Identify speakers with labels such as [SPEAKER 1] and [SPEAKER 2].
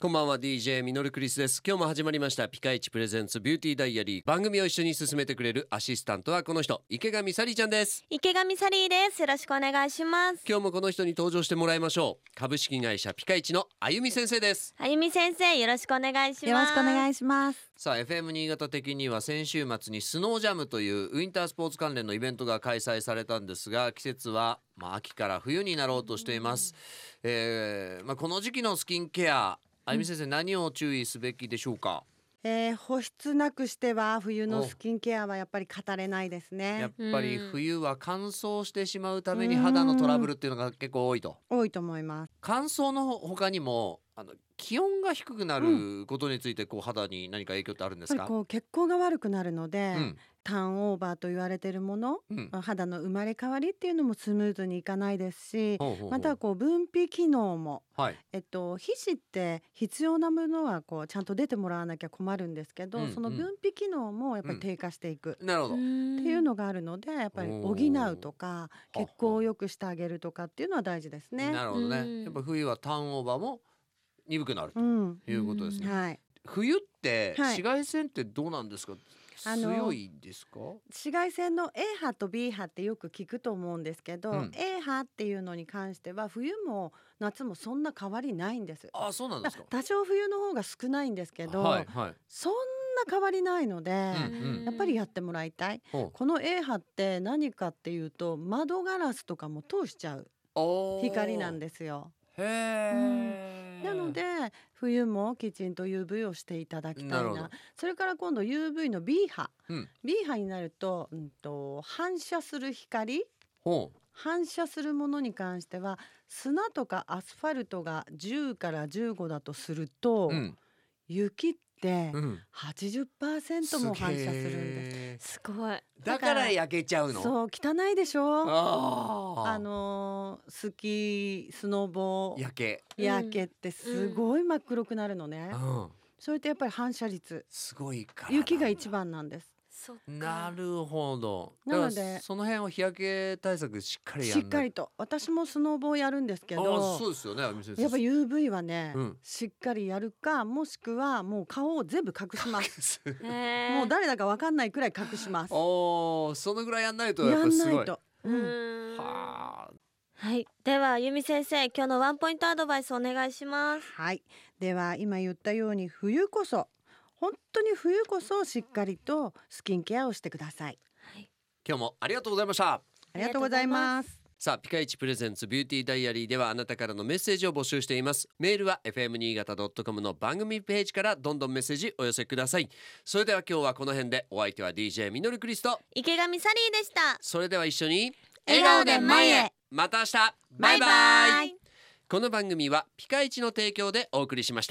[SPEAKER 1] こんばんは DJ ミノルクリスです今日も始まりましたピカイチプレゼンツビューティーダイアリー番組を一緒に進めてくれるアシスタントはこの人池上サリーちゃんです
[SPEAKER 2] 池上サリーですよろしくお願いします
[SPEAKER 1] 今日もこの人に登場してもらいましょう株式会社ピカイチのあゆみ先生です
[SPEAKER 2] あゆみ先生よろしくお願いします
[SPEAKER 3] よろしくお願
[SPEAKER 2] い
[SPEAKER 3] いします。
[SPEAKER 4] さあ FM 新潟的には先週末にスノージャムというウィンタースポーツ関連のイベントが開催されたんですが季節はまあ秋から冬になろうとしています、えーまあ、この時期のスキンケアあゆみ先生何を注意すべきでしょうか、
[SPEAKER 3] えー、保湿なくしては冬の
[SPEAKER 4] お
[SPEAKER 3] スキンケアはやっぱり語れないです
[SPEAKER 4] やっ
[SPEAKER 3] ね。
[SPEAKER 4] ぱり冬は乾燥してしまうために肌のトラブルっていうのが結構多いと
[SPEAKER 3] 多いと思います。
[SPEAKER 4] 乾燥のほ他にもあの気温が低くなることについてこう肌に何か影響ってあるんで
[SPEAKER 3] や
[SPEAKER 4] す
[SPEAKER 3] っぱ
[SPEAKER 4] か、
[SPEAKER 3] りこう血行が悪くなるので、
[SPEAKER 4] うん
[SPEAKER 3] ターンオーバーと言われているもの、
[SPEAKER 4] うん
[SPEAKER 3] 肌の生まれ変わりっていうのもスムーズにいかないですし、
[SPEAKER 4] ほうほうほう
[SPEAKER 3] またはこう分泌機能も、
[SPEAKER 4] はい
[SPEAKER 3] えっと、皮脂って必要なものはこうちゃんと出てもらわなきゃ困るんですけど、
[SPEAKER 4] うん
[SPEAKER 3] その分泌機能もやっぱり低下していく。
[SPEAKER 4] なるほど、
[SPEAKER 3] っていうのがあるのでやっぱり補うとか
[SPEAKER 4] おー
[SPEAKER 3] 血行を良くしてあげるとかっていうのは大事ですね。
[SPEAKER 4] なるほど
[SPEAKER 2] う
[SPEAKER 4] ね。
[SPEAKER 2] ん
[SPEAKER 4] やっぱ冬はターンオーバーも鈍くなると
[SPEAKER 3] うん、
[SPEAKER 4] いうことですね。
[SPEAKER 3] はい、
[SPEAKER 4] 冬って
[SPEAKER 3] はい
[SPEAKER 4] 紫外線ってどうなんですか。
[SPEAKER 3] あの
[SPEAKER 4] 強いですか。
[SPEAKER 3] 紫外線の A 波と B 波ってよく聞くと思うんですけど、
[SPEAKER 4] うん
[SPEAKER 3] A 波っていうのに関しては冬も夏もそんな変わりないんです。
[SPEAKER 4] あそうなんですか
[SPEAKER 3] だ。多少冬の方が少ないんですけど、
[SPEAKER 4] はいはい。
[SPEAKER 3] そんな変わりないので、
[SPEAKER 4] うんうん
[SPEAKER 3] やっぱりやってもらいたい。
[SPEAKER 4] ほ
[SPEAKER 3] この A 波って何かっていうと窓ガラスとかも通しちゃう
[SPEAKER 4] うおー
[SPEAKER 3] 光なんですよ。
[SPEAKER 4] へえ、
[SPEAKER 3] なので冬もきちんと UV をしていただきた
[SPEAKER 4] ないる
[SPEAKER 3] な
[SPEAKER 4] ほど
[SPEAKER 3] それから今度 UV の B 波、
[SPEAKER 4] うん
[SPEAKER 3] B 波になると,、うん、と反射する光
[SPEAKER 4] ほう
[SPEAKER 3] 反射するものに関しては砂とかアスファルトが10から15だとすると、
[SPEAKER 4] うん
[SPEAKER 3] 雪って
[SPEAKER 4] うん。
[SPEAKER 3] 80%も反射するんです。
[SPEAKER 4] です。
[SPEAKER 2] すごい
[SPEAKER 4] だから焼けちゃうの。
[SPEAKER 3] そう汚いでしょ
[SPEAKER 4] ああ。
[SPEAKER 3] あのースキースノボ
[SPEAKER 4] 焼け。
[SPEAKER 3] 焼けってすごい真っ黒くなるのね、
[SPEAKER 4] うん。
[SPEAKER 3] それってやっぱり反射率
[SPEAKER 4] すごいから。
[SPEAKER 3] 雪が一。番なんです
[SPEAKER 2] そっか
[SPEAKER 4] なるほど。
[SPEAKER 3] なので
[SPEAKER 4] だからその辺を日焼け対策しっかりや
[SPEAKER 3] し
[SPEAKER 4] ん
[SPEAKER 3] っかりと私もスノーボーやるんですけ
[SPEAKER 4] ああそ
[SPEAKER 3] ど
[SPEAKER 4] うですよね。あゆみ先生
[SPEAKER 3] やっぱ UV はね、
[SPEAKER 4] うん
[SPEAKER 3] しっかりやるかもしくはもう顔を全部隠します
[SPEAKER 2] も
[SPEAKER 3] もう誰だかわかんないくらい隠します
[SPEAKER 4] おお、そのぐらいやんないとや
[SPEAKER 3] や
[SPEAKER 4] っぱ
[SPEAKER 3] ん
[SPEAKER 4] す
[SPEAKER 3] な
[SPEAKER 4] ご
[SPEAKER 3] い
[SPEAKER 4] い。
[SPEAKER 3] と、うん
[SPEAKER 2] ん
[SPEAKER 4] はあ、
[SPEAKER 2] はいではあゆみ先生今日のワンポイントアドバイスお願いします
[SPEAKER 3] はいでは今言ったように冬こそ本当に冬こそしっかりとスキンケアをしてください
[SPEAKER 4] 今日もありがとうございました。
[SPEAKER 3] ありがとうございます
[SPEAKER 1] さあピカイチプレゼンツビューティーダイアリーではあなたからのメッセージを募集していますメールは fm 新潟 .com の番組ページからどんどんメッセージお寄せくださいそれでは今日はこの辺でお相手は DJ ミノルクリスト
[SPEAKER 2] 池上サリーでした
[SPEAKER 1] それでは一緒に
[SPEAKER 2] 笑顔で前へ
[SPEAKER 1] また明日
[SPEAKER 2] バイバイ
[SPEAKER 1] この番組はピカイチの提供でお送りしました